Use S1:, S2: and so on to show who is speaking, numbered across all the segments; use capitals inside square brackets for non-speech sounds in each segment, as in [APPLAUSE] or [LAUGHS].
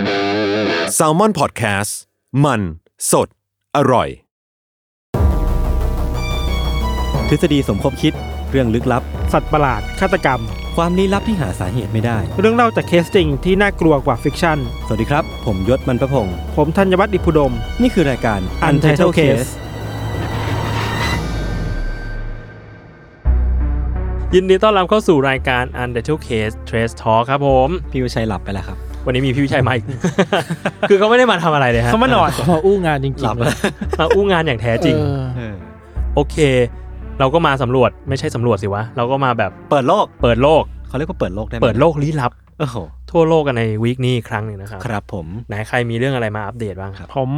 S1: s a l ม o n PODCAST มันสดอร่อย
S2: ทฤษฎีสมคบคิดเรื่องลึกลับ
S3: สัตว์ประหลาด ฆาตกรรม
S2: ความลี้ลับที่หาสาเหตุไม่ได้
S3: เรื่องเล่าจากเคสจริงที่น่ากลัวกว่าฟิกชั่น
S2: สวัสดีครับ ผมยศมันประพงศ์
S3: ผมธัญวัฒน์อิพุดม
S2: นี่คือรายการ Untitled Case
S4: ยินดีต้อนรับเข้าสู่รายการ Undertale Case Trace Talk ครับผม
S2: พี่วิชัยหลับไปแล้วครับ
S4: วันนี้มีพี่วิชัยมาอีก [LAUGHS] คือเขาไม่ได้มาทำอะไรเลยฮะ
S3: เขามานอนพออู้งานจริง
S2: [LAUGHS]
S3: ๆ
S2: หลับแล้ว
S4: มาอู้งานอย่างแท้จริง
S3: เออ
S4: โอเค เราก็มาสำรวจไม่ใช่สำรวจสิวะ เราก็มาแบบ
S2: เปิดโลก
S4: เปิดโลก
S2: เขาเรียกว่าเปิดโลกได้ไหม
S4: เปิดโลกลี้ลับ
S2: โอ้โห
S4: ทั่วโลกกันในวีคนี้อีกครั้งหนึ่งนะครับ
S2: ครับผม
S4: ไหนใครมีเรื่องอะไรมาอัปเดตบ้างครับ
S3: ผม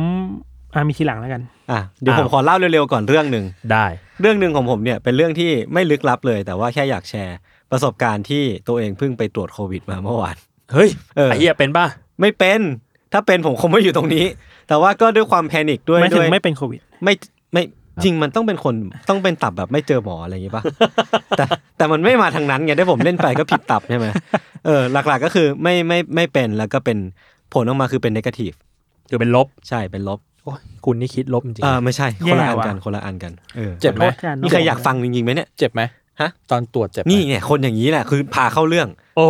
S3: อ่ามีทีหลังแล้วกัน
S2: อ่ะเดี๋ยวผม
S4: อ้าว
S2: ขอเล่าเร็วๆก่อนเรื่องหนึ่ง
S4: ได้
S2: เรื่องหนึ่งของผมเนี่ยเป็นเรื่องที่ไม่ลึกลับเลย แต่ว่าแค่อยากแชร์ ประสบการณ์ที่ตัวเองเพิ่งไปตรวจโควิดมาเมื่อวาน
S4: เฮ้ย
S2: เออ
S4: ไอ้เหี้ยเป็นป่ะ
S2: ไม่เป็นถ้าเป็นผมคงไม่อยู่ตรงนี้ แต่ว่าก็ด้วยความแพนิคด้วย
S3: ไม่ถึ
S2: ด้
S3: ง
S2: วย
S3: ไม่เป็นโควิด
S2: ไม่ไม่จริงมันต้องเป็นคนต้องเป็นตับแบบไม่เจอหมออะไรอย่างงี้ป่ะ แต่แต่มันไม่มาทางนั้นไงได้ผมเล่นไปก็ผิดตับใช่ไหมเออหลักๆก็คือไม่ไม่ไม่เป็นแล้วก็เป็นผลออกมาคือเป็นนกาทีฟ
S4: คือเป็นลบ
S2: ใช่เป็นลบ
S4: โอ้ยคุณนี่คิดลบจริง
S2: เออไม่ใช่
S3: แย่
S2: คนละอัน
S3: ว่ะ
S2: กันคนละอันกันเออ
S5: เจ็บไหม
S3: ขอโทษจ้ะ
S2: นี่เคยอยากฟังจริงๆไหมเนี่ย
S5: เจ็บไหม
S2: ฮะ
S5: ตอนตรวจเจ็บไหม
S2: นี่เนี่ยคนอย่างนี้แหละคือพาเข้าเรื่อง
S4: ๆโอ้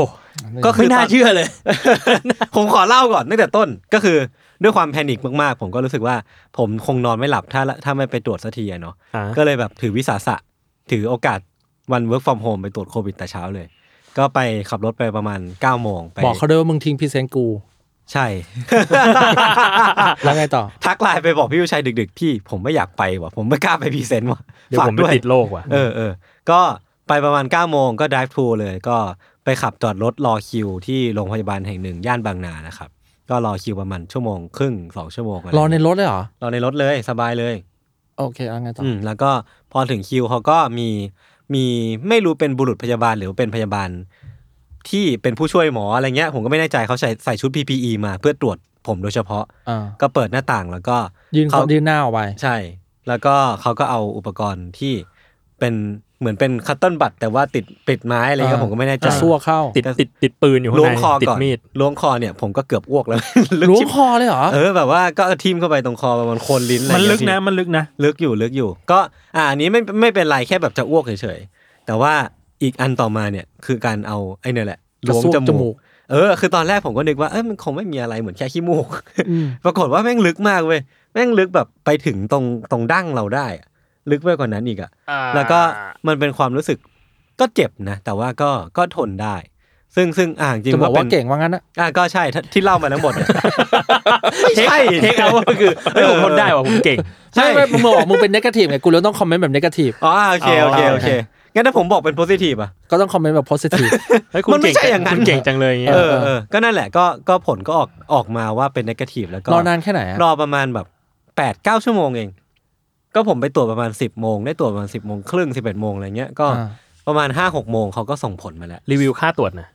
S2: ก็คือ
S5: ไม่น่า
S2: ตน
S5: เชื่อเลย
S2: [LAUGHS] ผมขอเล่าก่อนตั้งแต่ต้นก็คือด้วยความแพนิคมากๆ ผมก็รู้สึกว่า ผมคงนอนไม่หลับถ้าถ้าไม่ไปตรวจสักทีอะเนาะ
S4: อ่ะ
S2: ก็เลยแบบถือวิสาสะ ถือโอกาสวัน work from home ไปตรวจโควิดแต่เช้าเลย ก็ไปขับรถไปประมาณ9ก้าโมงไป
S5: บอกเขาด้วยว่ามึงทิ้งพรี่เซนต์กู
S2: ใช่
S4: [LAUGHS]
S5: แล้วไงต่อ
S2: ทักไลน์ไปบอกพี่วิชัยดึก ๆ พี่ผมไม่อยากไปว่ะ ผมไม่กล้าไปพรีเซนต์ว่ะ
S4: เดี๋ยว
S2: ฝาก
S4: ผมไป
S2: ด้วย
S4: ติดโลกว่ะ
S2: เออเออ ก็ไปประมาณ9ก้าโมงก็ drive thru เลย ก็ไปขับจอดรถรอคิวที่โรงพยาบาลแห่งหนึ่ง ย่านบางนานะครับ ก็รอคิวประมาณชั่วโมงครึ่งสองชั่วโมงะไร
S5: อในรถเลยเหรอ
S2: รอในรถเลยสบายเลย
S5: โอเคแล้วไงต่ออ
S2: อืมแล้วก็พอถึงคิวเขาก็มีมีไม่รู้เป็นบุรุษพยาบาลหรือเป็นพยาบาล ที่เป็นผู้ช่วยหมออะไรเงี้ย ผมก็ไม่แน่ใจเขาใส่ใส่ชุด PPE มาเพื่อตรวจผมโดยเฉพาะ
S5: อ่า
S2: ก็เปิดหน้าต่างแล้วก็
S5: ยืน
S2: เขา
S5: เขายืนหน้าออกไป
S2: ใช่ แล้วก็เขาก็เอาอุปกรณ์ที่เป็นเหมือนเป็นคัตเติ้ลบัตแต่ว่าติดปิดไม้อะไรเงี้ยผมก็ไม่แน่ใจ
S5: จะซัวเข้า
S4: ติดติดติดปืนอยู่ข้าง
S2: ล้วง
S4: ใน
S2: คอ
S4: ติ
S2: ก่อ
S4: ด
S2: น
S4: มีด
S2: ล้วงคอเนี่ยผมก็เกือบอ้วกแล้ว [LAUGHS]
S5: ล้วง
S2: ชิบ
S5: คอเลยเหรอ
S2: เออแบบว่าก็ทิ่มเข้าไปตรงคอประมาณโคนลิ้นอะไร
S3: มัน
S2: เงี้ย
S3: ลึก
S2: พี่
S3: นะมันลึกนะ
S2: ลึกอยู่ลึกอยู่ ก็อ่าอันนี้ไม่ไม่เป็นไรแค่แบบจะอ้วกเฉยๆ แต่ว่าอีกอันต่อมาเนี่ยคือการเอาไอ้เนี่ยแหละ
S5: กระ
S2: ล้วง
S5: ซวก
S2: จ
S5: จมู
S2: มูก
S5: ก
S2: เออคือตอนแรกผมก็นึกว่าเอ้ยมันคงไม่มีอะไรเหมือนแค่ขี้มูก
S3: อืม
S2: ปรากฏว่าแม่งลึกมากเว้ยแม่งลึกแบบไปถึงตรงตรงดั้งเราได้อะลึกไปกว่านั้นอีกอะแล้วก็มันเป็นความรู้สึกก็เจ็บนะ แต่ว่าก็ก็ทนได้ ซึ่งซึ่งอ่าจริง
S5: จะ
S2: ๆ
S5: บอก
S2: เป็
S5: ว่าน เก่งว่างั้นนะ
S2: อ่าก็ใช่ถ้าที่เล่ามาทั้งหมดเนี่ย
S5: [LAUGHS]
S2: ไม่ใช่
S4: เทคเอาก็คือเฮ้ยผมทนได้ว่ะผมเก่ง
S2: ใช่
S5: ใช่ไม่มึงบอกมึงเป็นเนกาทีฟไง กูเลยต้องคอมเมนต์แบบเนกาทีฟ
S2: อ๋อโอเคโอเค
S4: เอา
S2: โอเคงั้นถ้าผมบอกเป็นโพสิทีฟอะ
S5: ก็ต้องคอมเมนต์แบบโพสิทีฟ
S4: เฮ้ยคุณ
S2: มันไม่
S4: เก่ง
S2: ใช่อ
S4: จัง
S2: ย่างนั้น
S4: คุณเก่งจังเลยอย่างเงี้ย
S2: เออเออ ก็นั่นแหละ ก็ ก็ผลก็ออก ออกมาว่าเป็นนกาทีฟแล้วก็
S5: รอนานแค่ไหนอะ
S2: รอประมาณแบบแปดเก้าชั่วโมงเอง ก็ผมไปตรวจประมาณสิบโมง ได้ตรวจประมาณสิบโมงครึ่งสิบเอ็ดโมงอะไรเงี้ย ก็
S5: า
S2: ประมาณห้าหกโมงเขาก็ส่งผลมาแล้ว
S4: รีวิวค่าตรวจนะ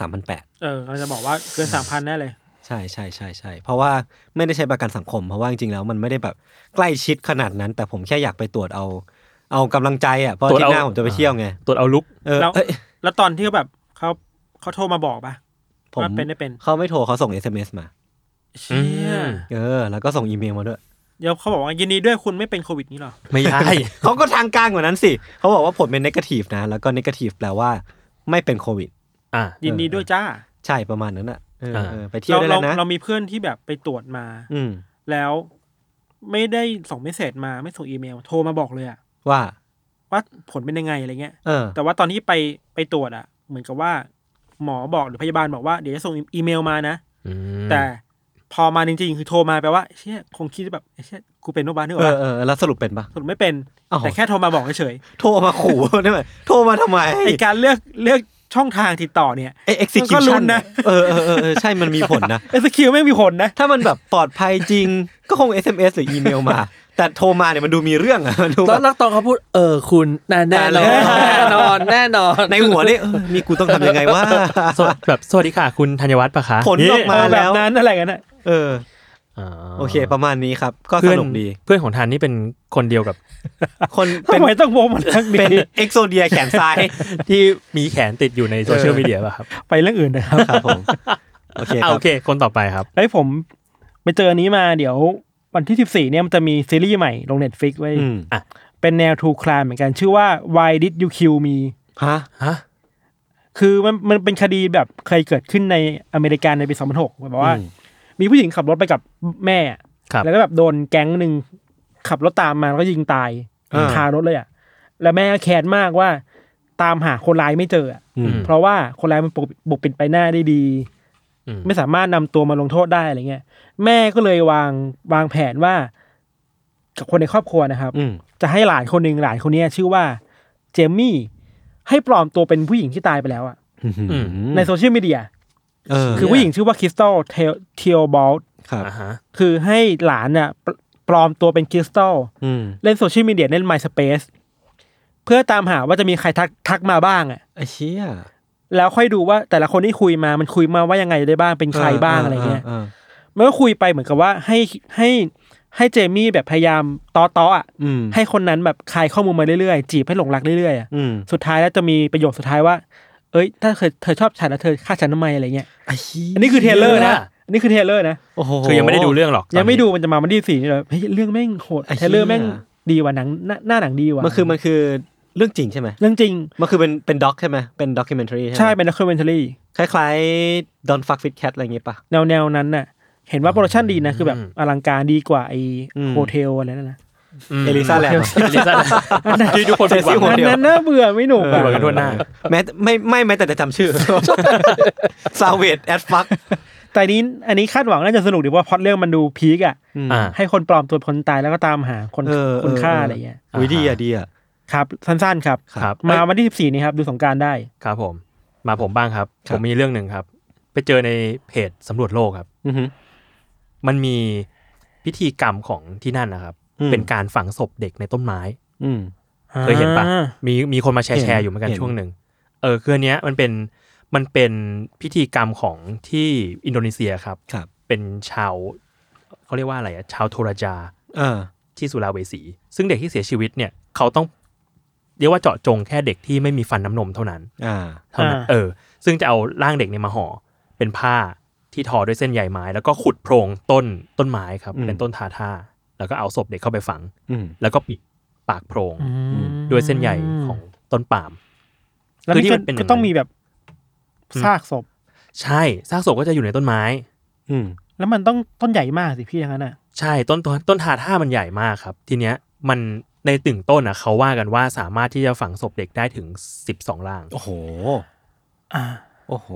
S2: สามพันแปด
S3: เออเราจะบอกว่าเกินสามพันแน่เลย
S2: ใช่ใช่ใช่ใช่ เพราะว่าไม่ได้ใช้ประกันสังคม เพราะว่าจริงๆแล้วมันไม่ได้แบบใกล้ชิดขนาดนั้น แต่ผมแค่อยากไปตรวจเอา เอากำลังใจอ่ะ เพราะ
S4: ตรวจ
S2: ที่ห
S4: เอา
S2: น้าผมจะไปเที่ยวไง
S4: ตรวจเอาลุก
S2: เออ
S3: แล้ว
S2: เอ้ย
S3: แล้วตอนที่เขาแบบเขาเขาโทรมาบอกปะ
S2: ผม
S3: ว่าเป็นได้เป็น
S2: เขาไม่โทรเขาส่ง SMS มา
S3: เชี่ย
S4: อืม
S2: เออ แล้วก็ส่งอีเมลมาด้วย
S3: เดี๋ยวเขาบอกว่ายินดีด้วยคุณไม่เป็นโควิดนี้หรอ
S4: ไม่ใช่
S2: เขาก็ทางการกว่านั้นสิ เขาบอกว่าผลเป็นนกาทีฟนะ แล้วก็นกาทีฟแปลว่าไม่เป็นโควิด
S4: อ่ะ
S3: ยินดีด้วยจ้า
S2: ใช่ประมาณนั้นอ่ะเออ
S4: อ่า
S2: เออไปเที่ยว
S3: เรา
S2: ได้แล้ว
S3: เรา
S2: นะ
S3: เรามีเพื่อนที่แบบไปตรวจมา
S2: อืม
S3: แล้วไม่ได้ส่งเมสเซจมาไม่ส่งอีเมล โทรมาบอกเลยอะ
S2: ว่า
S3: ว่าผลเป็นยังไงอะไรเงี้ย
S2: เออ
S3: แต่ว่าตอนที่ไปไปตรวจอะเหมือนกับว่า หมอบอกหรือพยาบาลบอกว่าเดี๋ยวจะส่งอีเมลมานะ
S4: อืม
S3: แต่พอมาจริงๆ คือโทรมาแปลว่าเชี่ยคงคิดแบบเชี่ยกูเป็นโรคบ้าเนี่ยหร
S2: เอ
S3: อ
S2: อ
S3: วะ
S2: เออแล้วสรุปเป็นปะ
S3: สรุปไม่เป็น
S2: อ้าว
S3: แต่แค่โทรมาบอกเฉย
S2: โทรมาขู่ [LAUGHS] ได้ไหมโทรมาทำไม
S3: ๆไอการเลือกเลือกช่องทางติดต่อเนี่ย
S2: ไอ้
S3: มันก็ลุ้
S2: execution
S3: นนะ
S2: เออเออเออเออใช่มันมีผลนะ
S3: เอสคิวไม่มีผลนะ
S2: ถ้ามันแบบปลอดภัยจริง [LAUGHS] ก็คง SMS หรืออีเมลมา แต่โทรมาเนี่ยมันดูมีเรื่องอ่ะ [LAUGHS] มันดู
S5: ต
S2: แบ
S5: อน
S2: บ
S5: แรกตอนเขาพูด เออ คุณแน่แน่นอน
S2: แน่
S5: แน่นอนแน่นอน
S2: ในหัวนี่เออนี่กูต้องทำยังไงว่า
S4: สวัสแบบสวัสดีค่ะ คุณธัญวัฒน์ปะคะ
S2: ผลออกมา
S3: เออ
S2: แล้
S3: แบ
S2: ว
S3: บนั้นอะไรกันนะ
S2: เออ
S4: า
S2: โอเค ประมาณนี้ครับ ก็ส
S4: เพื่อน
S2: นุกดี
S4: เพื่อนของทานนี่เป็นคนเดียวกับ
S2: คนเป็น
S3: ทำไมต้องโมมันทั้ง
S2: เป็น
S3: นี้
S2: เอ็กโซเดียแขนซ้าย
S4: ที่มีแขนติดอยู่ในโซเชียลมีเดียป่ะครับ
S3: ไปเรื่องอื่นนะครับ
S2: ครับผม โอเคค
S4: อ่ะโอ
S2: รับ
S4: เค คนต่อไปครับ
S3: เฮ้ยผมไปเจออนนี้มาเดี๋ยววันที่สิบสี่เนี่ยมันจะมีซีรีส์ใหม่ลงเน็ตฟิกไว้ย
S2: อืม
S4: อ่ะ
S3: เป็นแนวทูครามเหมือนกันชื่อว่า Why Did You Kill Me
S2: ฮะ
S4: ฮะ
S3: คือมันมันเป็นคดีแบบเคยเกิดขึ้นในอเมริกาในปีสองพันหกแบบว่า
S2: อืม
S3: มีผู้หญิงขับรถไปกับแม่
S4: ครับ
S3: แล้วก็แบบโดนแก๊งหนึ่งขับรถตามมาแล้วก็ยิงตาย
S2: อ่า
S3: คารถเลยอ่ะ แล้วแม่ก็แค้นมากว่าตามหาคนร้ายไม่เจออะ
S2: อืม
S3: เพราะว่าคนร้ายมันปกปิดปกปิดใบหน้าได้ดี
S4: อืม
S3: ไม่สามารถนำตัวมาลงโทษได้อะไรเงี้ย แม่ก็เลยวางวางแผนว่า กับคนในครอบครัวนะครับ
S2: อืม
S3: จะให้หลานคนหนึ่งหลานคนเนี้ยชื่อว่าเจมมี่ ให้ปลอมตัวเป็นผู้หญิงที่ตายไปแล้วอ่ะ
S2: อืม
S3: ในโซเชียลมีเดีย
S2: เออ
S3: คือผู้หญิงชื่อว่าคริสตัลเทียบอล
S2: ครับ
S4: อ่าฮะ
S3: คือให้หลานน่ะปลปลอมตัวเป็นคริสตัล
S2: อืม
S3: เล่นโซเชียลมีเดียเล่น MySpace เพื่อตามหาว่าจะมีใครทักทักมาบ้างอ่ะ
S2: ไอ้เชี่ย
S3: แล้วค่อยดูว่าแต่ละคนที่คุยมามันคุยมาว่ายังไงได้บ้างเป็นใครบ้างอะไรเงี้ย
S2: าา
S3: มันก็คุยไปเหมือนกับว่าให้ให้ให้เจมี่แบบพยายามตอตอๆอ่ะ
S2: อืม
S3: ให้คนนั้นแบบคลายข้อมูลมาเรื่อยๆ จีบให้หลงรักเรื่อยๆอะ
S2: อืม
S3: สุดท้ายแล้วจะมีประโยคสุดท้ายว่า เอ้ย ถ้าเธอเธอชอบฉันแล้วเธอฆ่าฉันทำไมอะไรเงี้ย
S2: ไอ้เชี่ย
S3: อันนี้คือเทรลเลอร์นะอันนี้คือเทรลเลอร์นะ
S2: โอ้โห
S4: คือยังไม่ได้ดูเรื่องหรอก
S3: ยังไม่
S4: ตอนนี้
S3: ดูมันจะมาวันที่สี่นี่เลยเฮ้ยเรื่องแม่งโหด
S2: ไอ้เหี้ย
S3: เทรลเลอร์แม่งดีกว่าหนังหน้าหน้าหนังดีกว่า
S2: มันคือมันคือเรื่องจริงใช่ไหม
S3: เรื่องจริง
S2: มันคือเป็นเป็นด็อกใช่ไหมเป็นด็อกิเมนทรี
S3: ใช่เป็นด็อกคิวเมนทารี
S2: คล้ายๆดอนฟักฟิตแคทอะไรอย่างงี้ปะ
S3: แนวแนวนั้นน่ะ เห็นว่าโปรดักชันดีนะ คือแบบอลังการดีกว่าไอ
S2: อืม
S3: โฮเทลอะไรนั่นนะ
S4: ม
S2: เอลิซาแลนด์
S4: เอลิซาแล
S2: [LAUGHS]
S4: นด์ที่ทุกคนผิดหวัง
S2: โฮ
S3: อัน
S2: เทล
S3: นั้นน่าเบื่อไม่หนุก
S4: เอ
S3: อะ
S4: อ ปิดกันทั่วหน้า
S2: แม้ไม่ไม่แม้แต่จะจำชื่อ ซาเวตแอดฟัก
S3: แต่นี้อันนี้คาดหวังน่าจะสนุกดีเพราะพล็อตเรื่องมันดูพีกอ่ะ
S4: อ่า
S3: ให้คนปลอมตัวเป็นคนตายแล้วก็ตามหาคน
S2: เออ
S3: คนฆ่า
S2: เ
S3: อะไรเงี้ย
S2: อุ้ยดีอ่ะดีอ่ะ
S3: ครับ สั้นๆครับ
S4: ครับ
S3: มาวันที่สิบสี่นี้ครับ ดูสงกรารได้
S4: ครับผม มาผมบ้างครับ
S2: ค
S4: ผ
S2: รับ
S4: มมีเรื่องหนึ่งครับ ไปเจอในเพจสำรวจโลกครับ
S2: อือหือ
S4: มันมีพิธีกรรมของที่นั่นนะครับ
S2: อืม
S4: เป็นการฝังศพเด็กในต้นไม้
S2: อืม
S4: เคยเห็นปะมีมีคนมาแชร์
S2: เห็น
S4: แชร์อยู่เหมือนกัน
S2: เห็น
S4: ช่วงหนึ่ง เออคืออันเนี้ยมันเป็นมันเป็นพิธีกรรมของที่อินโดนีเซียครับ
S2: ครับ
S4: เป็นชาวเขาเรียกว่าอะไรอะชาวโทรจา
S2: เออ
S4: ที่สุราเวสี ซึ่งเด็กที่เสียชีวิตเนี่ย เขาต้องเรียกว่าเจาะจงแค่เด็กที่ไม่มีฟันน้ำนมเท่านั้น
S2: อ่า
S4: เท่านั้น
S3: อ่า
S4: เออ ซึ่งจะเอาร่างเด็กเนี่ยมาห่อเป็นผ้าที่ทอด้วยเส้นใยไม้ แล้วก็ขุดโพรงต้นต้นไม้ครับ
S2: อืม
S4: เป็นต้นทาท่า แล้วก็เอาศพเด็กเข้าไปฝัง
S2: อืม
S4: แล้วก็ปิดปากโพรงด้วยเส้นใยของต้นปาล์ม
S3: แล้ว
S4: คือที่
S3: นี่
S4: มันเป็นอย่างนั้
S3: ก็
S4: น
S3: ต้องมีแบบซากศพ
S4: ใช่ซากศพก็จะอยู่ในต้นไม้
S2: อืม
S3: แล้วมันต้องต้นใหญ่มากสิพี่อย่างนั้นอ่ะ
S4: ใช่ต้นต้นต้นทาท่ามันใหญ่มากครับ ทีเนี้ยมันในตึงต้นนะเขาว่ากันว่าสามารถที่จะฝังศพเด็กได้ถึง 12ร่าง
S2: โอ้โห
S3: อ่า
S2: โอ้โห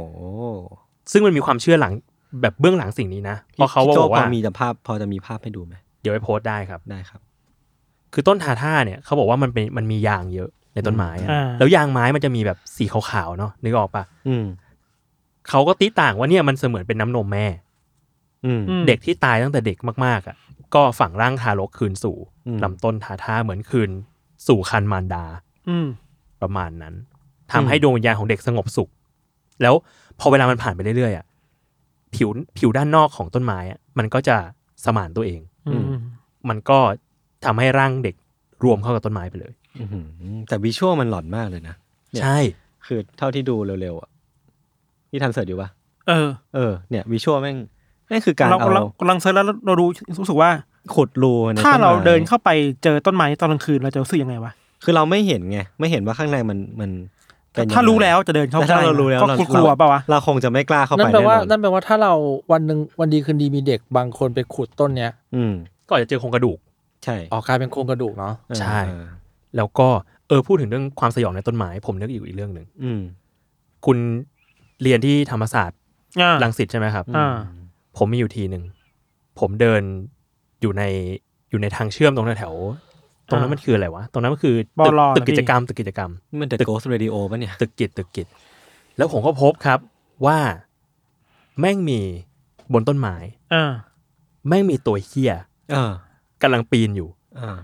S4: ซึ่งมันมีความเชื่อหลังแบบเบื้องหลังสิ่งนี้นะเพราะเขา
S2: พี่
S4: ว่า
S2: โจ้
S4: บอก
S2: พอ
S4: ว่า
S2: มีจะภาพพอจะมีภาพให้ดูไหม
S4: เดี๋ยวไปโพสต์ได้ครับ
S2: ได้ครับ
S4: คือต้นทาท่าเนี่ยเขาบอกว่ามันเป็นมันมียางเยอะในต้นไม้อะ
S3: อ่า
S4: แล้วยางไม้มันจะมีแบบสีขาวๆเนาะนึกออกปะ
S2: อืม
S4: เขาก็ติต่างว่าเนี่ยมันเสมือนเป็นน้ำนมแม่
S2: อืม
S4: เด็กที่ตายตั้งแต่เด็กมากๆอ่ะก็ฝังร่างทารกคืนสู่
S2: อืม
S4: ลำต้นทาท่าเหมือนคืนสู่คันมารดา
S3: อืม
S4: ประมาณนั้นทำให้ดวงวิญญาณของเด็กสงบสุข แล้วพอเวลามันผ่านไปเรื่อยๆอ่ะผิวผิวด้านนอกของต้นไม้อ่ะมันก็จะสมานตัวเอง
S3: อืม
S4: มันก็ทำให้ร่างเด็กรวมเข้ากับต้นไม้ไปเลย
S2: อื้อหือแต่วิชวลมันหลอนมากเลยนะ เนี่ย
S4: ใช่
S2: คือเท่าที่ดูเร็วๆอ่ะพี่ทันเสิร์ชอยู่ปะ
S3: เออ
S2: เออ เนี่ยวิชวลแม่งแม่งคือการ
S3: เรา
S2: เอา
S3: เรากำลังเซิร์ชแล้วเรารู้รู้สึกว่า
S2: ขุดรูใน
S3: ถ้า
S2: ต้นไม้
S3: เราเดินเข้าไปเจอต้นไม้ตอนกลางคืนเราจะรู้สึกยังไงวะ
S2: คือเราไม่เห็นไง ไม่เห็นว่าข้างในมันมันเป็นยังไง
S3: ถ้ารู้แล้วจะเดินเข้า
S2: แต่
S3: ไป
S2: ถ้าเรารู้แล้ว
S3: ก็
S2: เรา
S3: กลัวๆปะวะ
S2: เราคงจะไม่กล้าเข้าไป
S5: นั่นแปลว่า
S2: น่นอน
S5: นั่นแปลว่าถ้าเราวันหนึ่งวันดีคืนดีมีเด็กบางคนไปขุดต้นเนี้ย
S2: อืม
S4: ก็อาจจะเจอโครงกระดูก
S2: ใช่
S5: ออกกลายเป็นโครงกระดูกเนาะ
S4: ใช่
S2: เออ
S4: แล้วก็เออพูดถึงเรื่องความสยองในต้นไม้ ผมนึกอยู่อีกเรื่องหนึ่ง
S2: อืม
S4: คุณเรียนที่ธรรมศาสตร์
S3: อ่า
S4: ลังสิตใช่ไหมครับ
S3: อ่า
S4: ผมมีอยู่ทีหนึ่ง ผมเดินอยู่ในอยู่ในทางเชื่อมตรงแถวๆตรงนั้นมันคืออะไรวะ ตรงนั้นมันคือ
S3: ปอ
S4: ตึก
S3: ลอ
S4: ตึก
S3: นะพี่
S4: กิจกรรมตึกกิจกรรม
S2: นี่มันเดอะโกสเรดิโอป่ะเนี่ย
S4: ตึกกิจตึกกิจ แล้วผมก็พบครับว่าแม่งมีบนต้นไม้
S3: อ่า
S4: แม่งมีตัวเฮีย
S2: เออก
S4: ำลังปีนอยู่
S2: เออ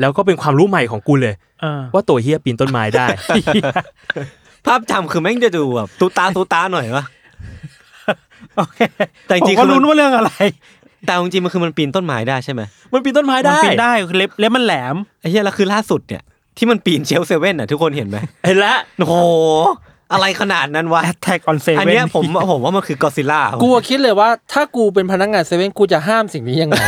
S4: แล้วก็เป็นความรู้ใหม่ของกูเลย
S3: อ่า
S4: ว่าตัวเฮียปีนต้นไม้ได้
S2: ภาพจำคือแม่งจะดูแบบตูตาตูตาหน่อยวะ
S3: โอเค
S2: แต่จริงๆ
S3: ผมก็
S2: คือมัน
S3: รู้ว่าเรื่องอะไร
S2: แต่เอาจริงๆมันคือมันปีนต้นไม้ได้ใช่ [LAUGHS] ไหม
S4: มันปีนต้นไม้
S3: มัน
S4: ได้
S3: ปีนได้เล็บเล็บมันแหลม
S2: [LAUGHS] ไอ้เหี้ยแล้วคือล่าสุดเนี่ย ที่มันปีนเชลฟ์เซเว่นอ่ะทุกคนเห็นไหม
S4: เห็นแล้ว
S2: โอ้โห อะไรขนาดนั้นวะ
S3: Attack on Seven
S2: อันเนี้ย [LAUGHS] ผมผมว่ามันคือกอซิล่า
S5: กูอะคิดเลยว่าถ้ากูเป็นพนักงานเซเว่นกูจะห้ามสิ่งนี้ยังไง [LAUGHS]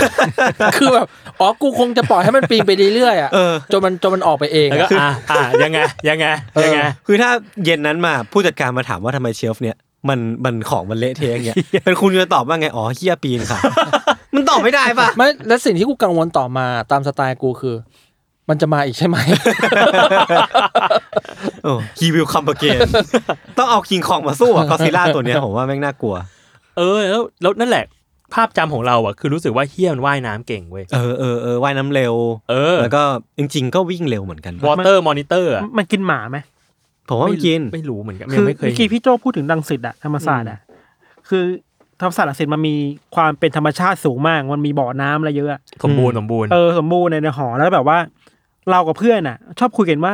S5: คือแบบอ๋อกูคงจะปล่อยให้มันปีนไปเรื่อยๆอ่ะ
S2: เออ
S5: จนมันจนมันออกไปเอง
S4: แล้วก็
S5: อะ
S4: อ่าอ่ายังไงยังไงยังไง
S2: คือถ้าเย็นนั้นมาผู้จัดการมาถามว่าทำไมเชลฟเนี่ย มันมันของมันเละเทะอย่างเงี้ย เป็นคุณจะตอบว่าไง อ๋อเฮียปีนค่ะ [LAUGHS] มันตอบไม่ได้ปะ
S5: ไม่และสิ่งที่กูกังวลต่อมาตามสไตล์กูคือ มันจะมาอีกใช่ไหม
S2: ฮีวิลคัมเบเกน ต้องเอาคิงคองมาสู้กับกอซิล่าตัวเนี้ยผมว่าแม่งน่ากลัว
S4: เออแล้วแล้วนั่นแหละ ภาพจำของเราอ่ะคือรู้สึกว่าเฮียมันว่ายน้ำเก่งเว้ย
S2: เออเออเออว่ายน้ำเร็ว
S4: เออ
S2: แล้วก็จริง ๆ ก็วิ่งเร็วเหมือนกันปะ
S4: วอเตอร์มอนิเตอร์อ่ะ
S3: มันกินหมาไหม
S2: ผมว่ามันกิน
S4: ไม่รู้เหมือนกัน
S3: คื
S4: ยัง
S3: อ
S4: ไม่เคย
S3: เมื่อกี้พี่โจพูดถึงดังสิตอะธรรมศาสตร์อะคือธรรมศาสตร์ลังสิตมันมีความเป็นธรรมชาติสูงมาก มันมีบ่อน้ำอะไรเยอะอะ
S4: สมบูรณ์สมบูรณ์
S3: เออสมบูรณ์ในในหอแล้วแบบว่า เรากับเพื่อนอะชอบคุยกันว่า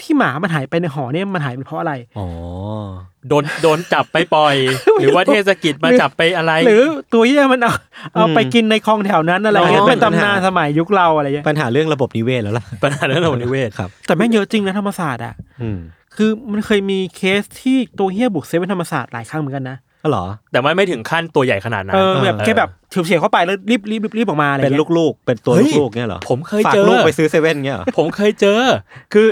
S3: ที่หมามันหายไปในหอเนี่ยมันหายไปเพราะอะไร
S2: อ๋อ
S4: โดนโดนจับไปปล่อย หรือว่าเทศกิจมา
S3: หรือ
S4: จับไปอะไร
S3: หรือตัวเหี้ยมันเอาเอาไปกินในคลองแถวนั้นอะไรเงี้ย
S2: อ๋อ
S3: เป็นตำนานสมัยยุคเราอะไรเงี้ย
S2: ปัญหาเรื่องระบบนิเวศแล้วล่ะ
S4: ปัญหาเรื่องระบบนิเวศ
S2: ครับ
S3: แต่แม่งเยอะจริงนะธรรมศาสตร์อะ
S2: อืม
S3: คือมันเคยมีเคสที่ตัวเหี้ยบุกเซเว่นธรรมศาสตร์หลายครั้งเหมือนกันนะ
S2: ก็เหรอ
S4: แต่ว่าไม่ถึงขั้นตัวใหญ่ขนาดนั้น
S3: เออแบบ
S4: เออ
S3: แค่แบบเฉียวเฉียวๆเข้าไปแล้วรีบรีบรีบรีบออกมาอะไร
S2: เป็น
S3: เงี้ย
S2: ลูกๆ เป็นตัว
S4: เฮ้ย
S2: ลูกๆเนี่ยเหรอ
S4: ผมเคย
S2: ฝาก
S4: เจอ
S2: ลูกไปซื้อเซเว่นเงี้ยเหรอ
S4: ผมเคยเจอ คือ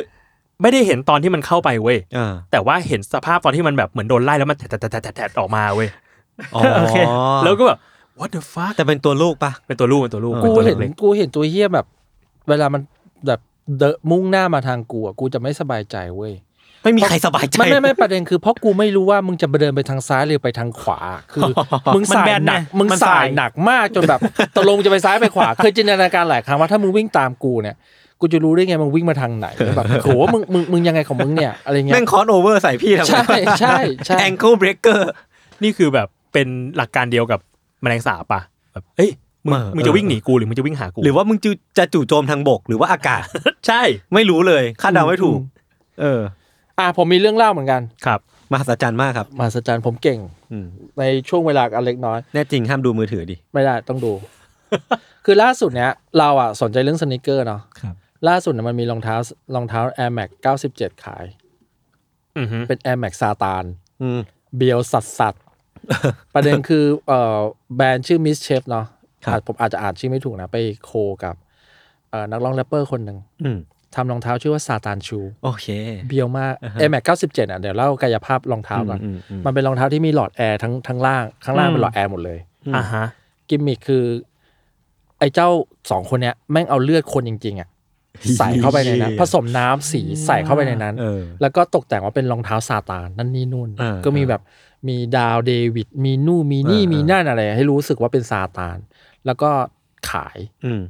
S4: ไม่ได้เห็นตอนที่มันเข้าไปเว้ย
S2: อ่า
S4: แต่ว่าเห็นสภาพตอนที่มันแบบเหมือนโดนไล่แล้วมันแตะแตะแตะแตะแตะออกมาเว้ย
S2: อ๋อ
S4: แล้วก็แบบ what the fuck
S2: แต่เป็นตัวลูกปะ
S4: เป็นตัวลูกเป็นตัวลูก
S5: กู
S4: เป็นตัว
S5: เห็น
S4: เล็ก
S5: กูเห็นตัวเฮี้ยแบบ เวลามันแบบเดอะมุ่งหน้ามาทางกูอะกูจะไม่สบายใจเว้ย
S2: ไม่มีใครสบายใจ
S5: ไม่ไม่ไม่ประเด็นคือเพราะกูไม่รู้ว่ามึงจะเดินไปทางซ้ายหรือไปทางขวา คือ มึงสายหนักมึงสายหนักมากจนแบบตกลงจะไปซ้ายไปขวา เคยจินตนาการหลายครั้งว่าถ้ามึงวิ่งตามกูเนี่ย กูจะรู้ได้ไงมึงวิ่งมาทางไหนแบบโหมึงมึงมึงยังไงของมึงเนี่ยอะไรเงี้
S2: แม่
S5: ย
S2: งคอนโอเวอร์ใส่พี่ทำไม
S5: ใช่ใช่ใช่
S2: [LAUGHS] แองเกิลเบรกเกอร์
S4: ๆนี่คือแบบเป็นหลักการเดียวกับแมลงสาบปะแบบเอ้ยมึง
S2: เออ
S4: มึง
S2: เอ
S4: จะ
S2: อ
S4: วิ่งหนีกูหรือมึงจะวิ่งหากู
S2: หรือว่ามึงจะจะจู่โจมทางบกหรือว่าอากาศ [LAUGHS]
S4: ใช่
S2: ไม่รู้เลยคาดเดาไม่ถูก
S5: อืม
S2: เออ
S5: อ่ะผมมีเรื่องเล่าเหมือนกัน
S4: ครับ
S2: มหัศจรรย์มากครับ
S5: มหัศจรรย์ผมเก่ง
S2: อืม
S5: ในช่วงเวลาอันเล็กน้อย
S2: แน่จริงห้ามดูมือถือดิ
S5: ไม่ได้ต้องดู คือล่าสุดเนี้ยเราอ่ะสนใจเรื่องสนิเกอร์เนาะ
S2: ครับ
S5: ล่าสุดเนี่ยมันมีรองเท้ารองเท้า Air Max 97 ขาย
S4: อือฮึ
S5: เป็น Air Max ซาตาน
S2: อืม
S5: เบียวสัตสัต ประเด็น [LAUGHS] คือเอ่อแบรนด์ชื่อมิสเชฟเนาะ
S2: ครับ
S5: อาจผมอาจจะอ่านชื่อไม่ถูกนะ ไปโคกับเอ่อนักร้องแรปเปอร์คนหนึ่ง
S2: อืม
S5: ทำรองเท้าชื่อว่าซาตานชู
S2: โอเค
S5: เบียวมาก
S2: อ่าฮะ
S5: Air Max 97 อ่ะ เดี๋ยวเล่ากายภาพรองเท้าก่อน
S2: อืมอืมอืม
S5: มันเป็นรองเท้าที่มีหลอดแอร์ทั้งทั้งล่างข้างล่างเป็นหลอดแอร์หมดเลย
S2: อืม
S4: อ่าฮะ
S5: กิมมิคคือ ไอ้เจ้าสองคนเนี้ยแม่งเอาเลือดคนจริง ๆ อ่ะ ใส่เข้าไปในนั้น ผสมน้ำสีใส่เข้าไปในนั้น
S2: เออ
S5: แล้วก็ตกแต่งว่าเป็นรองเท้าซาตานนั่นนี่นู่น
S2: อ่า
S5: ก็มีแบบมีดาวเดวิดมีนู่นมีนี่
S2: อ่ามี
S5: มีนั่นอะไร ให้รู้สึกว่าเป็นซาตาน แล้วก็ขาย
S2: อืม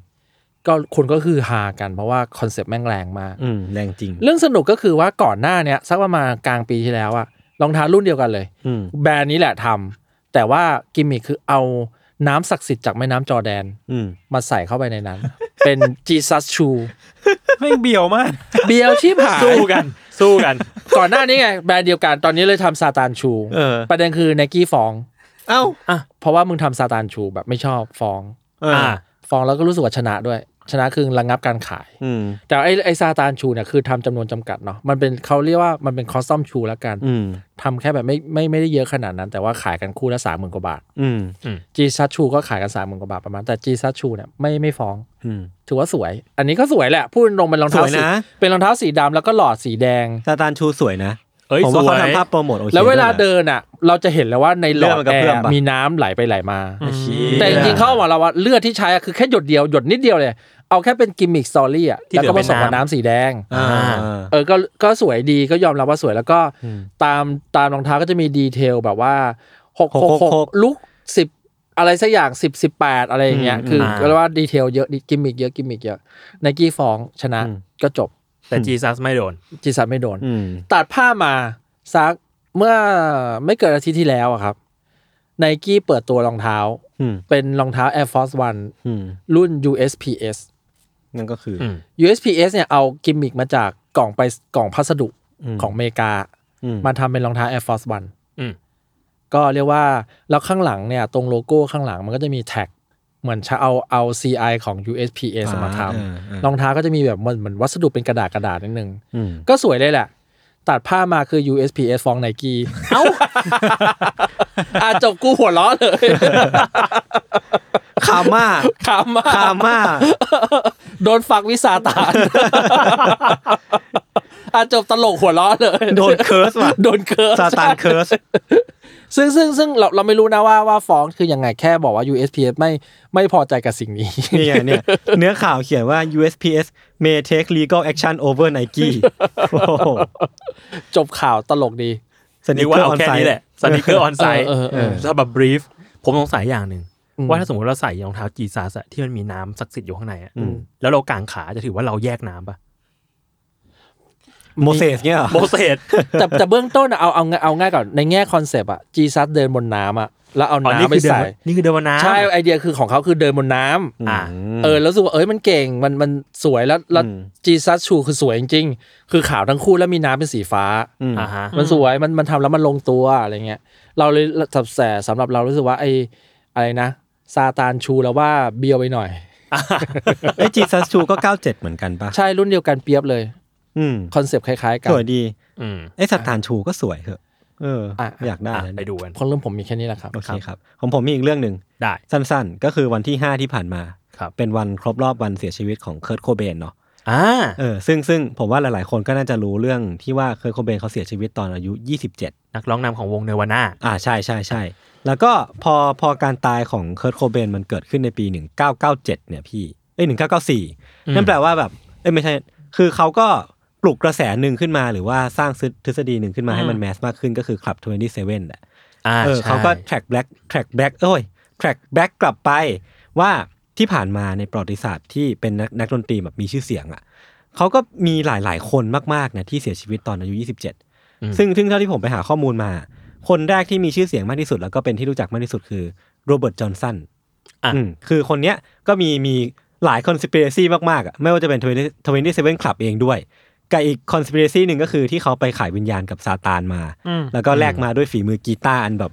S5: ก็คนก็คือฮากันเพราะว่าคอนเซปต์แม่งแรงมาก
S2: อืมแรงจริง
S5: เรื่องสนุกก็คือว่าก่อนหน้าเนี้ยสักประมาณกลางปีที่แล้วอะรองเท้ารุ่นเดียวกันเลย
S2: อืม
S5: แบรนด์นี้แหละทำแต่ว่ากิมมิคคือเอาน้ำศักดิ์สิทธิ์จากแม่น้ำจอร์แดน
S2: อืม
S5: มาใส่เข้าไปในนั้น เป็นจีซัสชู
S3: แม่งเบียวมาก
S5: เบียวชิบหาย
S4: สู้กัน สู้กัน
S5: ก่อนหน้านี้ไง แบรนด์เดียวกันตอนนี้เลยทำซาตานชู
S2: เออ
S5: ประเด็นคือไนกี้ฟ้อง
S2: เอ้า
S5: เพราะว่ามึงทำซาตานชูแบบไม่ชอบฟ้อง
S2: เออ
S4: อ่า
S2: อ่า
S5: ฟ้องแล้วก็รู้สึกว่าชนะด้วย ชนะคือระงงับการขาย
S2: อืม
S5: แต่ไอไอซาตานชูเนี่ยคือทำจำนวนจำกัดเนาะมันเป็นเขาเรียกว่ามันเป็นคอสตอมชูแล้วกัน
S2: อืม
S5: ทำแค่แบบไม่ไม่ไม่ได้เยอะขนาดนั้น แต่ว่าขายกันคู่ละสามหมื่นกว่าบาท
S2: อืม
S5: จีซัสชูก็ขายกันสามหมื่นกว่าบาทประมาณแต่จีซัสชูเนี่ยไม่ไม่ฟ้อง
S2: อืม
S5: ถือว่าสวย อันนี้ก็สวยแหละ พูดตรงๆเป็นรองเท้า
S2: สวย
S5: สี
S2: นะ
S5: เป็นรองเท้าสีดำแล้วก็หลอดสีแดง
S2: ซาตานชูสวยนะ
S4: เอ้ย
S2: ผม
S4: ส
S2: ว่า
S4: วย
S2: เขาทำภาพโปรโมทโอเค
S5: แล้วเวลา
S2: ด้วยนะ
S5: เดินอ่ะ เราจะเห็นแล้วว่าในหลอด
S2: เลือดมันก
S5: แอ
S2: ระเพื่อม
S5: ร์
S2: ปะ
S5: มีน้ำไหลไปไหลมา
S4: อืม
S5: แต่จริงๆเขาบอกเราว่าเลือดที่ใช้อะคือแค่หยดเดียวหยดนิดเดียวเลย เอาแค่เป็นกิมมิคสตอรี่อ่ะ
S4: ที่
S5: แล้ว
S4: เหลื
S5: ก็
S4: อ
S5: ผ
S4: เป็น
S5: สมกับ
S4: น้ำ
S5: น้ำสีแดง
S2: อ่าอ่า
S5: เออก็ก็สวยดีก็ยอมรับว่าสวยแล้วก็ตามตามรองเท้าก็จะมีดีเทลแบบว่าหก
S2: หกห
S5: หก
S2: ก
S5: ห
S2: ห
S5: ก
S2: ก
S5: ลุกสิบอะไรสักอย่างสิบสิบแปดอะไรอย่างเงี้ย
S2: อืม
S5: คือ
S4: อ่า
S5: ก็เรียกว่าดีเทลเยอะกิมมิคเยอะกิมมิคเยอะไนกี้ฟ้องชนะ
S2: อืม
S5: ก็จบ
S4: แต่จีซัสไม่โดน
S5: จิสันไม่โดน
S2: อืม
S5: ตัดผ้าพมาซักเมื่อไม่เกิดอาทิตย์ที่แล้วอะครับไนกี้เปิดตัวรองเท้า
S2: อืม
S5: เป็นรองเท้า Air Force One
S2: อืม
S5: รุ่น USPS
S2: นั่นก็คือ
S4: อืม
S5: USPS เนี่ยเอากิมมิกมาจากกล่องไปกล่องพัสดุ
S2: อืม
S5: ของอเมริกา
S2: อืม
S5: มาทำเป็นรองเท้า Air Force One
S4: อืม
S5: ก็เรียกว่า แล้วข้างหลังเนี่ย ตรงโลโก้ข้างหลังมันก็จะมีแท็ก เหมือนจะเอาเอา CI ของ USPS มาท
S2: อ่าอ่า
S5: ำรองเท้าก็จะมีแบบเหมือนเหมือนวัสดุเป็นกระดาษกระดาษนิดนึง
S2: อืม
S5: ก็สวยเลยแหละ ตัดผ้าพมาคือ USPS ฟองไนกี้ เอ้า
S2: [LAUGHS]
S5: อาจบกูหัวล้อเลย [LAUGHS]
S2: คาม่า
S5: ขำมาก
S2: คาม่า
S5: โดนฝักวิสาตาน [LAUGHS] อาจบตลกหัวล้อเลย
S2: โดนเคิร์สว่ะ
S5: [LAUGHS] โดนเคิร์ส
S2: ซาตานเคิร์ส
S5: ซึ่งซึ่งซึ่งเราเราไม่รู้นะว่าว่าฟ้องคือยังไงแค่บอกว่า USPS ไม่ไม่พอใจกับสิ่งนี้
S2: นี่ไงเนี่ยเนื้อข่าวเขียนว่า USPS may take legal action over Nike โอ้โห
S5: [LAUGHS] จบข่าวตลกดี
S2: สนิ
S4: นึกว่าเอาแค่นี้แหละสนิเกอร์ออนไซต์
S5: เออเออเออ
S4: ถ้าแบบบรีฟผมสงสัยอย่างหนึ่ง
S5: อืม
S4: ว่าถ้าสมมติเราใส่รองเท้าจีซาสที่มันมีน้ำศักดิ์สิทธิ์อยู่ข้างในอะ
S5: อืม
S4: แล้วเรากางขาจะถือว่าเราแยกน้ำปะ
S2: โมเสสเนี่ยเหรอ
S4: โมเสส
S5: แต่แต่เบื้องต้นอะเอาเอาเอาง่ายก่อนในแง่คอนเซปต์อะจีซัสเดินบนน้ำอะแล้วเอา
S4: อ๋อนี่
S5: น้ำไป
S4: คือเดิน
S5: ใส่
S4: นี่คือเดินบนน้ำ
S5: ใช่ไอเดียคือของเขาคือเดินบนน้ำ
S4: อ่า
S5: เออแล้วรู้สึกว่าเอ้ยมันเก่งมันมันสวยแล้วแล้วจีซัสชูคือสวยจริงๆ คือขาวทั้งคู่แล้วมีน้ำเป็นสีฟ้า
S2: ม
S4: อ่าฮะ
S5: มันสวยมันมันทำแล้วมันลงตัวอะไรเงี้ยเราเลยสับแสสำหรับเรารู้สึกว่าไออะไรนะซาตานชูแล้วว่าเบียวไปหน่อย
S2: ไอ้จีซัสชูก็ 97 เหมือนกันปะ
S5: ใช่รุ่นเดียวกันเปียบเลย
S2: อืม
S5: คอนเซปต์คล้ายๆกัน
S2: สวยดี
S4: อืม
S2: ไอ้สัตว์ฐานชูก็สวยเถอะเอออะ อยากได้
S4: อ่ะ
S2: แล้ว
S4: ไป
S2: เนี่ย
S4: ดูกัน
S5: คนเรื่องผมมีแค่นี้แหละครับ
S2: โอเคครับ ของผมมีอีกเรื่องหนึ่ง
S4: ได้
S2: สั้นๆ ก็คือวันที่ 5 ที่ผ่านมา
S4: ครับ
S2: เป็นวันครบรอบวันเสียชีวิตของเคิร์ตโคเบนเนาะ
S4: อ่า
S2: เออซึ่งซึ่งผมว่าหลายๆ คนก็น่าจะรู้เรื่องที่ว่าเคิร์ตโคเบนเขาเสียชีวิตตอนอายุ 27
S4: นักร้องนำของวงเนวาน่า
S2: อ่าใช่ใช่ใช่แล้วก็พอพอการตายของเคิร์ตโคเบนมันเกิดขึ้นในปี 1997 เนี่ยพี่เอ้ย
S4: อืม
S2: 1994 นั่นแปลว่าแบบเอ้ยไม่ใช่ คือเขาก็ปลุกกระแสหนึ่งขึ้นมา หรือว่าสร้างทฤษฎีหนึ่งขึ้นมาให้มันแมสมากขึ้นก็คือคลับ27แหละ
S4: อ่า
S2: เออ
S4: ใช่
S2: เขาก็ track back track back เอ้ย track back กลับไปว่าที่ผ่านมาในประวัติศาสตร์ที่เป็นนักนักดนตรีแบบมีชื่อเสียงอ่ะเขาก็มีหลาย ๆ คนมากๆนะที่เสียชีวิตตอนอายุ 27
S4: อืม
S2: ซึ่งซึ่งเท่าที่ผมไปหาข้อมูลมา คนแรกที่มีชื่อเสียงมากที่สุด แล้วก็เป็นที่รู้จักมากที่สุดคือโรเบิร์ตจอห์นสัน
S4: อ่ะ
S2: อืมคือคนเนี้ยก็มีมีหลายคอน spiracy มากๆอะไม่ว่าจะเป็นทเวนตี้เซเว่นคลับเองด้วยกับอีกคอน spiracy หนึ่งก็คือที่เขาไปขายวิญญาณกับซาตานมา
S3: อืม
S2: แล้วก็แลกมาด้วยฝีมือกีตาร์อันแบบ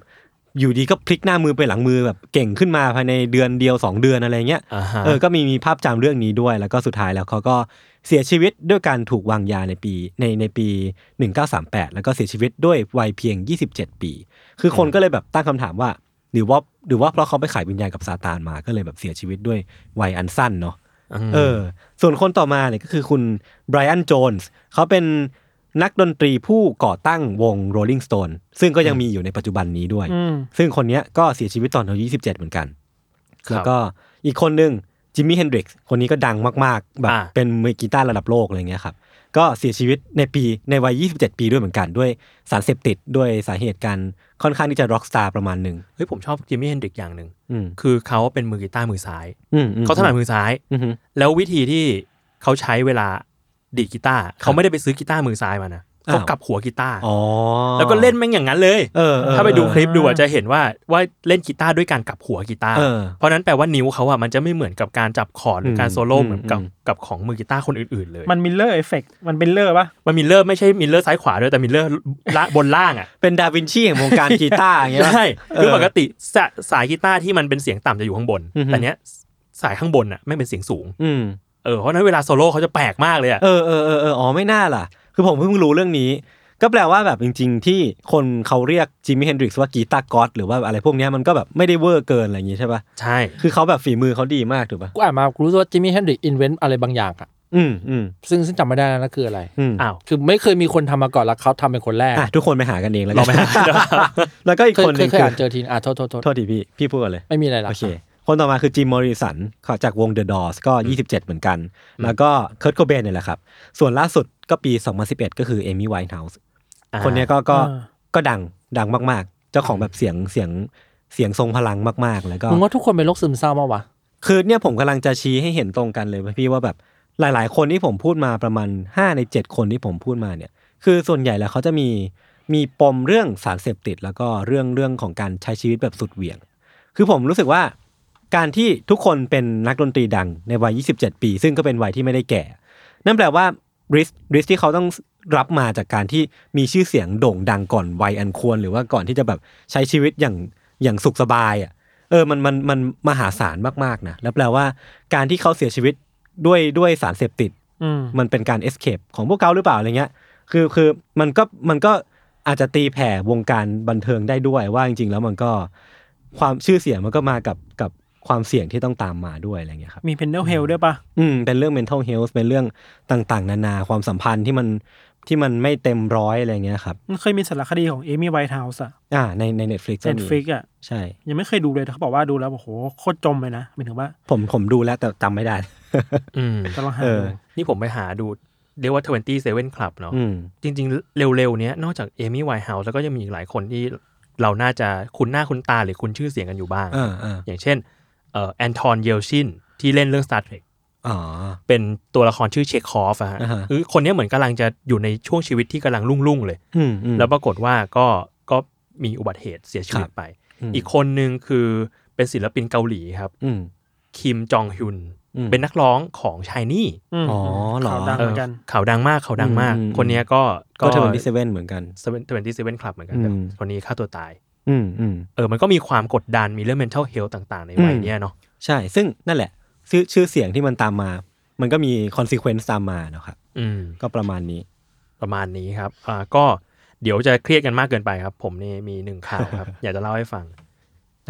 S2: อยู่ดีก็พลิกหน้ามือไปหลังมือแบบเก่งขึ้นมาภายในเดือนเดียวสองเดือนอะไรเงี้ย
S4: อ่าฮะ
S2: เออ ก็มีมีภาพจำเรื่องนี้ด้วย แล้วก็สุดท้ายแล้วเขาก็เสียชีวิตด้วยการถูกวางยาในปีในในปี 1938 แล้วก็เสียชีวิตด้วยวัยเพียง 27 ปี คือคนก็เลยแบบตั้งคำถามว่า หรือว่าหรือว่าเพราะเขาไปขายวิญญาณกับซาตานมาก็เลยแบบเสียชีวิตด้วยวัยอันสั้นเนาะ
S4: ม
S2: เออ ส่วนคนต่อมาเนี่ยก็คือคุณไบรอัน โจนส์ เขาเป็นนักดนตรีผู้ก่อตั้งวง Rolling Stone ซึ่งก็ยังมีอยู่ในปัจจุบันนี้ด้วย
S3: อืม
S2: ซึ่งคนเนี้ยก็เสียชีวิตตอนอายุ 27 เหมือนกัน แล้วก็อีกคนหนึ่งจิมมี่เฮนดริกซ์คนนี้ก็ดังมาก ๆ แบบ
S4: อ่า
S2: เป็นมือกีตาร์ระดับโลกอะไรเงี้ยครับ ก็เสียชีวิตในปีในวัย 27 ปีด้วยเหมือนกัน ด้วยสารเสพติดด้วยสาเหตุการค่อนข้างที่จะร็อกสตาร์ประมาณหนึ่ง
S4: เฮ้ยผมชอบจิมมี่เฮนดริกอย่างหนึ่ง
S2: อืม
S4: คือเขาเป็นมือกีตาร์มือซ้าย
S2: อืมอืม
S4: เขาถนัดมือซ้าย
S2: อือฮึ
S4: แล้ววิธีที่เขาใช้เวลาดีดกีตาร์เขาไม่ได้ไปซื้อกีตาร์มือซ้ายมานะ
S2: อ้าว
S4: เขากลับหัวกีตาร์
S2: อ๋อ
S4: แล้วก็เล่นแม่งอย่างนั้นเลย
S2: เออเออ
S4: ถ้าไปดูคลิปดูอ่ะ
S3: เออ
S4: จะเห็นว่าว่าเล่นกีตาร์ด้วยการกลับหัวกีตาร์
S2: เออ
S4: เพราะนั้นแปลว่านิ้วเขาอ่ะมันจะไม่เหมือนกับการจับคอร์ดหรือการโซโล่
S2: อืม
S4: เหมือนกับ
S2: อืม
S4: กับของมือกีตาร์คนอื่นๆเลย
S3: มันมิลเลอร์เอฟเฟกมันเป็นเลอร์ปะ
S4: มันมิลเลอร์ไม่ใช่มิลเลอร์ซ้ายขวาด้วยแต่มิลเลอร์ละบนล่างอ่ะ
S2: เป็นดาวินชีแห่งวงการกีตาร์อย่างเงี้ย
S4: ใช่
S2: เออ
S4: คือปกติสะสายกีตาร์ที่มันเป็นเสียงต่ำจะอยู่ข้างบน
S2: อือฮึ
S4: แต่เนี้ยสายข้างบนอ่ะไม่งเป็นเสียงสูง
S2: อืม
S4: เออเพราะฉะนั้นเวลาโซโล่เขาจะแปลกมากเลยอ่ะ
S2: เออเออเออเอออ๋อไม่น่าล่ะ คือผมเพิ่งรู้เรื่องนี้ ก็แปลว่าแบบจริง ๆ ที่คนเขาเรียกจิมมี่เฮนดริกซ์ว่ากีตาร์ก็อดหรือว่าอะไรพวกเนี้ยมันก็แบบไม่ได้เวอร์เกินอะไรอย่างงี้ใช่ปะ
S4: ใช่
S2: คือเขาแบบฝีมือเขาดีมากถูกปะ
S5: กูอ่านมากูรู้สึกว่าจิมมี่แฮนดริกอินเวนต์อะไรบางอย่างอะ
S2: อืมอืม
S5: ซึ่งซึ่งจำไม่ได้แล้วนะคืออะไร
S2: อืม
S4: อ้าว
S5: คือไม่เคยมีคนทำมาก่อนแล้วเขาทำเป็นคนแรก
S2: อ่ะทุกคนไปหากันเองแล้วกั
S4: เรา
S2: น
S4: ไปหา
S2: [LAUGHS] แล้วก็อีก
S5: เคย
S2: คนห
S5: เค
S2: นึ่
S5: ย
S2: ง
S5: เคย
S2: คือ
S5: อ่านเจอทีนอ่ะโทษโทษโทษ
S2: โทษทีพี่ พี่พูดก่อนเลย
S5: ไม่มีอะไรละ
S2: โอเค คนต่อมาคือจิมมอริสันจากวง The Doors ก็ 27 เหมือนกัน แล้วก็เคิร์ตโคเบนเนี่ยแหละครับ ส่วนล่าสุดก็ปี 2011 ก็คือเอมี่ไวท์เฮาส์ คนเนี้ยก็ก็ก็ดังดังมากๆ เจ้าของแบบเสียงเสียงเสียงทรงพลังมากๆ แล้วก็
S5: มึงว่าทุกคนเป็นโรคซึมเศร้ามาวะ
S2: คือเนี่ยผมกำลังจะชี้ให้เห็นตรงกันเลยว่าพี่ว่าแบบหลาย ๆ คนที่ผมพูดมาประมาณ 5 ใน 7 คนที่ผมพูดมาเนี่ย คือส่วนใหญ่แล้วเขาจะมีมีปมเรื่องสารเสพติด แล้วก็เรื่องเรื่องของการใช้ชีวิตแบบสุดเหวี่ยง คือผมรู้สึกว่าการที่ทุกคนเป็นนักดนตรีดังในวัย 27 ปี ซึ่งก็เป็นวัยที่ไม่ได้แก่ นั่นแปลว่าริสริสที่เขาต้องรับมาจากการที่มีชื่อเสียงโด่งดังก่อนวัยอันควร หรือว่าก่อนที่จะแบบใช้ชีวิตอย่างอย่างสุขสบายอ่ะ เออ มัน มัน มันมหาศาลมาก ๆ นะ แล้วแปลว่าการที่เขาเสียชีวิตด้วยด้วยสารเสพติด
S3: อืม
S2: มันเป็นการเอ c เคปของพวกเขาหรือเปล่าอะไรเงี้ย คือคือมันก็มันก็อาจจะตีแผ่วงการบันเทิงได้ด้วยว่าจริง ๆ แล้วมันก็ความชื่อเสียงมันก็มากับกับความเสี่ยงที่ต้องตามมาด้วยอะไรเงี้ยครับ
S3: มีเพนเดลเฮลด้วยปะ
S2: อืมเป็นเรื่อง mental health เป็นเรื่องต่างๆ นานาความสัมพันธ์ที่มันที่มันไม่เต็มร้อยอะไรเงี้ยครับ
S3: มันเคยมีสารคดีของเอมี่ไวท์เฮาส์อะ
S2: อ่าในใน Netflix
S3: เน็
S2: ก็
S3: ต
S2: มี
S3: ฟลิกอะ
S2: ใช่
S3: ยังไม่เคยดูเลยแต่เขาบอกว่าดูแล้วโอ้โหโคตรจมเลยนะหมายถึงว่า
S2: ผมผมดูแล้วแต่จำไม่ได้
S4: อืม
S3: จะลองหา
S2: เอ
S3: ดู
S2: อ
S4: นี่ผมไปหาดูเรียกว่า 27 Club เนาะ
S2: อืม
S4: จริงๆ เร็วๆ เนี้ยนอกจากเอมี่ไวท์เฮาส์แล้วก็ยังมีอีกหลายคนที่เราน่าจะคุ้นหน้าคุ้นตาหรือคุ้นชื่อเสียงกันอยู่บ้าง
S2: อ่าอ่า
S4: อย่างเช่นเอ่อแอนทอนเยลชินที่เล่นเรื่อง Star Trek
S2: อ๋อ
S4: เป็นตัวละครชื่อเชคคอฟอะฮะ
S2: อ่าฮะ
S4: คือคนเนี้ยเหมือนกำลังจะอยู่ในช่วงชีวิตที่กำลังรุ่งๆ เลย
S2: อืมอืม
S4: แล้วปรากฏว่าก็ก็มีอุบัติเหตุเสียชีวิ
S2: ค
S4: ต
S2: รับ
S4: ไป
S2: ม
S4: อีกคนหนึ่งคือเป็นศิลปินเกาหลีครับ
S2: อืม
S4: คิมจองฮุน
S2: อืม
S4: เป็นนักร้องของชายนี่
S3: ม
S2: อ๋อเหรอ
S3: ข่าวดังเหมือนกัน
S4: ข่าวดังมากข่าวดังมาก
S2: อืมอืม
S4: คนเนี้ยก็
S2: ก็เทอร์นที่เซเว่นเหมือนกัน
S4: เซเว่นที่เซเว่นคลับเหมือนกันแต่
S2: อืม
S4: คนนี้ฆ่าตัวตาย
S2: อืมอืม
S4: เออ มันก็มีความกดดัน มีเรื่อง mental health ต่างๆ ในวัย
S2: อืม
S4: เนี้ยเนาะ
S2: ใช่ ซึ่งนั่นแหละ ชื่อชื่อเสียงที่มันตามมา มันก็มีคอนซ e เควนซ์ตามมาเนอะครับ
S4: อืม
S2: ก็ประมาณนี้
S4: ประมาณนี้ครับ อ่า ก็เดี๋ยวจะเครียดกันมากเกินไปครับ ผมนี่มีหนึ่งข่าวครับ อยากจะเล่าให้ฟัง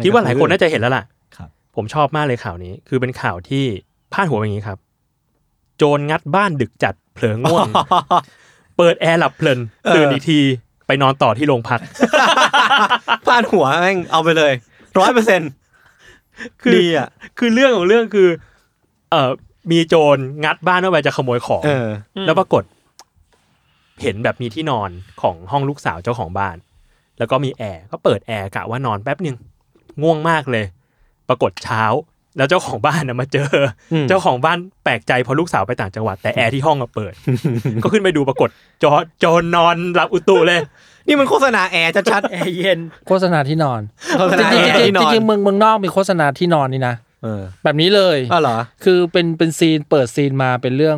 S4: คิดว่าหลายคนน่าจะเห็นแล้วล่ะ
S2: ครับ
S4: ผมชอบมากเลยข่าวนี้ คือเป็นข่าวที่พาดหัวเป็นอย่างนี้ครับ โจรงัดบ้านดึกจัดเผลอง่วง เปิดแอร์หลับเพลินตื่นอีกทีไปนอนต่อที่โรงพัก
S2: พลาดหัวแม่งเอาไปเลยร้อยเปอร์เซ็นต์
S4: คือ
S2: ดีอ่ะ
S4: คือเรื่องของเรื่องคือ เอ่อ มีโจรงัดบ้านเข้าไปจะขโมยของ
S2: เออ
S4: แล้วปรากฏ เห็นแบบมีที่นอนของห้องลูกสาวเจ้าของบ้าน แล้วก็มีแอร์ก็เปิดแอร์กะว่านอนแป๊บหนึ่งง่วงมากเลย ปรากฏเช้า แล้วเจ้าของบ้านนะมาเจออ
S2: ม
S4: เจ้าของบ้านแปลกใจเพราะลูกสาวไปต่างจังหวัดแต่แอร์ที่ห้องอะเปิด ก็ขึ้นไปดูปรากฏจอจอนอนหลับอุตุเลย
S2: นี่มันโฆษณาแอร์ชัด
S3: แอร์เย็น
S5: โฆษณาที่นอน
S2: ๆโฆษ
S5: จ
S2: ณา
S5: ริ
S2: แอง ร์ที่น
S5: ๆจ
S2: อน
S5: ริงๆจริงๆเมืองเมืองนอกมีโฆษณาที่นอนนี่นะ
S2: เออ
S5: แบบนี้เลย
S2: อ้าวเหรอ
S5: คือเป็นเป็นซีนเปิดซีนมาเป็นเรื่อง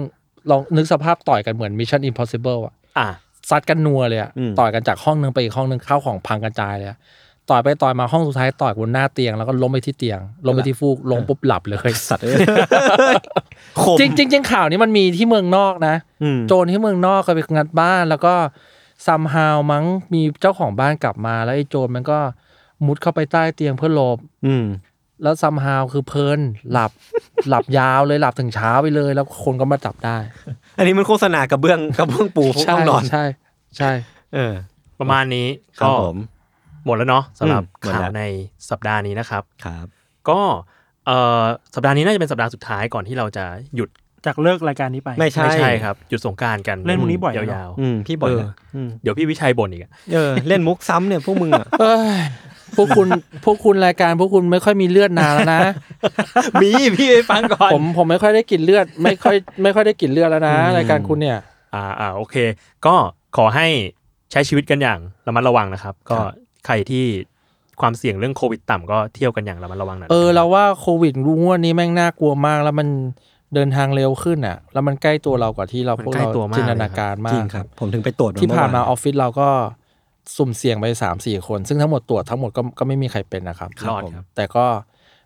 S5: ลองนึกสภาพต่อยกันเหมือน Mission Impossible อะ
S4: อ่ะ
S5: ซัดกันนัวเลยอะ
S2: อืม
S5: ต่อยกันจากห้องนึงไปอีกห้องนึงเข้าของพังกระจายเลยอะต่อยไปต่อยมาห้องสุดท้ายต่อยบนหน้าเตียงแล้วก็ล้มไปที่เตียงล้มไปที่ฟูกล้มปุ๊บหลับเลย
S2: สัตว์เอ้ยคม
S5: จริงๆจริงๆข่าวนี้มันมีที่เมืองนอกนะ
S2: อืม
S5: โจรที่เมืองนอกเคยไปงัดบ้านแล้วก็ซัมฮาวมั้งมีเจ้าของบ้านกลับมาแล้วไอ้โจรมันก็มุดเข้าไปใต้เตียงเพื่อหลบ
S2: อืม
S5: แล้วซัมฮาวคือเพลินหลับ [LAUGHS] หลับยาวเลยหลับถึงเช้าไปเลย แล้วคนก็มาจับได้
S2: อันนี้มันโฆษณากระเบื้องกระเบื้องปูห้องนอน
S5: ใช่ ใช่
S2: เออ
S4: ประมาณนี้
S2: ครั
S4: ก็
S2: บผม
S4: หมดแล้วเนาะสำหรับ
S2: อืมหมด
S4: ข่า
S2: แล้ว ว
S4: ในสัปดาห์นี้นะครับ
S2: ครับ
S4: ก็เอ่อสัปดาห์นี้น่าจะเป็นสัปดาห์สุดท้ายก่อนที่เราจะหยุด
S3: จากเลิกรายการนี้ไป
S2: ไม่ใช่
S4: ไม่ใช่ครับ หยุดสงกรารกัน
S3: เล่นมุกนี้บ่อยเหรอ
S4: ยาว
S2: อืมพี่บ่อย
S4: เออ
S2: นะม
S4: ๆ เดี๋ยวพี่วิชัยบ่นอีกอะ
S2: เออ เล่นมุกซ้ำเนี่ยพวกมึงอ่ะ
S5: เอ้ยพวกคุณพวกคุณรายการพวกคุณไม่ค่อยมีเลือดนานแล้ว
S2: [LAUGHS]
S5: นะ
S4: มีพี่ไปฟังก่อน
S5: ผมผมไม่ค่อยได้กินเลือด ไม่ค่อยไม่ค่อยได้กินเลือดแล้วนะรายการคุณเนี่ย
S4: อ่าอ่าโอเค ก็ขอให้ใช้ชีวิตกันอย่างระมัดระวังนะครับ ก็ใครที่ความเสี่ยงเรื่องโควิดต่ำก็เที่ยวกันอย่างระมัดระวังหนะ
S5: เออเราว่าโควิดรู้ว่านี้แม่งน่ากลัวมาก แล้วมันเดินทางเร็วขึ้นอ่ะ แล้วมันใกล้ตัวเรากว่าที่เราพวกเราจินตนาการมา
S2: จริ
S5: ก
S2: งครับ ผมถึงไปตรวจ
S5: ที่ผ่านมาอ
S2: เอ
S5: อฟฟิศเราก็สุ่มเสี่ยงไปสามสี่คน ซึ่งทั้งหมดตรวจทั้งหมดก็ก็ไม่มีใครเป็นนะครับ
S4: รอดครับ
S5: แต่ก็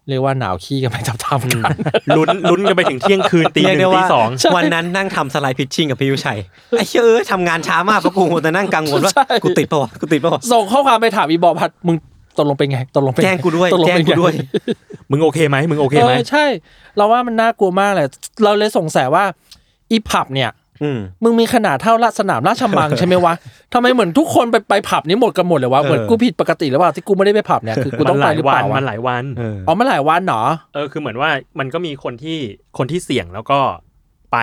S5: เรียกว่าหนาวขี้กันไปจับทำกัน
S4: ลุ้นลุ้นกันไปถึงเที่ยงคืนตีหนึ่งตีสอง
S2: [LAUGHS] วันนั้นนั่งทำสไลด์พิชชิ่งกับพี่ยุชัย ไอ้เชื่ยเอยทำงานช้ามากเพราะกูหแต่นั่งกังวลว่า
S5: ใช่
S2: กูติดปะวะกูติดปะวะ
S5: [LAUGHS] ส่งข้อความไปถามอีบอพัดมึงตกลงเป็นไงตกลงเป็นไ
S2: แจ้งกูด้วย
S5: ตล
S2: แจ้ง
S5: เป็นไ
S2: กูด้วย
S4: มึงโอเคไหมมึงโอเค
S5: เอ
S4: ไหม
S5: อใช่ เราว่ามันน่ากลัวมากเลยเราเลยสงสัยว่าอีผับเนี่ย
S2: อืม
S5: มึงมีขนาดเท่าละสนามราชมังใช่ไหม
S4: [LAUGHS]
S5: วะทำไมเหมือนทุกคนไปไปผับนี้หมดกันหมดเลยวะเหมือน
S2: เออ
S5: กูผิดปกติหรือเปล่าที่กูไม่ได้ไปผับเนี่ยคือกูต้อง
S4: มันห
S5: ไป
S4: ลาย
S5: หรือ
S4: วั
S5: เป
S4: น
S5: ล่าวะ
S4: มันหลายวัน
S2: เออ
S5: อ๋อมันหลายวันเหรอ
S4: เออคือเหมือนว่ามันก็มีคนที่คนที่เสี่ยงแล้วก็ไป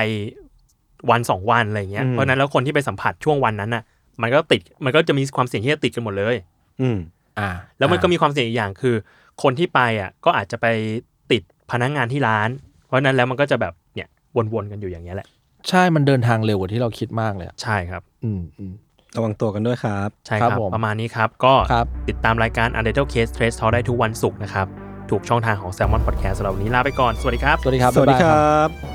S4: วันสองวันอะไรเงี้ย
S2: อืม
S4: เพราะฉะนั้นแล้วคนที่ไปสัมผัสช่วงวันนั้นน่ะ มันก็ติดมันก็จะมีความเสี่ยงที่จะติดกันหมดเลย
S2: อืม
S5: อ่า
S4: แล้วมันก็มีความเสี่ยงอีกอย่างคือ คนที่ไปอ่ะก็อาจจะไปติดพนักงานที่ร้าน เพราะฉะนั้นแล้วมันก็จะแบบเนี่ยวนๆกันอยู่อย่างเงี้ยแหละ
S5: ใช่มันเดินทางเร็วกว่าที่เราคิดมากเลยอะ
S4: ใช่ครับ
S5: อืมอืม
S2: ระวังตัวกันด้วยครับ
S4: ใช่
S5: ครับผม
S4: ประมาณนี้ครับ ก็
S5: ครับ
S4: ติดตามรายการ u n d e r t a l e Case Trace Talk ได้ทุกวันศุกร์นะครับ ถูกช่องทางของ Salmon Podcast สำหรับวันนี้ลาไปก่อน สวัสดีครับ
S5: สวัสดีครับ
S2: สวัสดี
S5: ายาย
S2: ครับ
S4: บ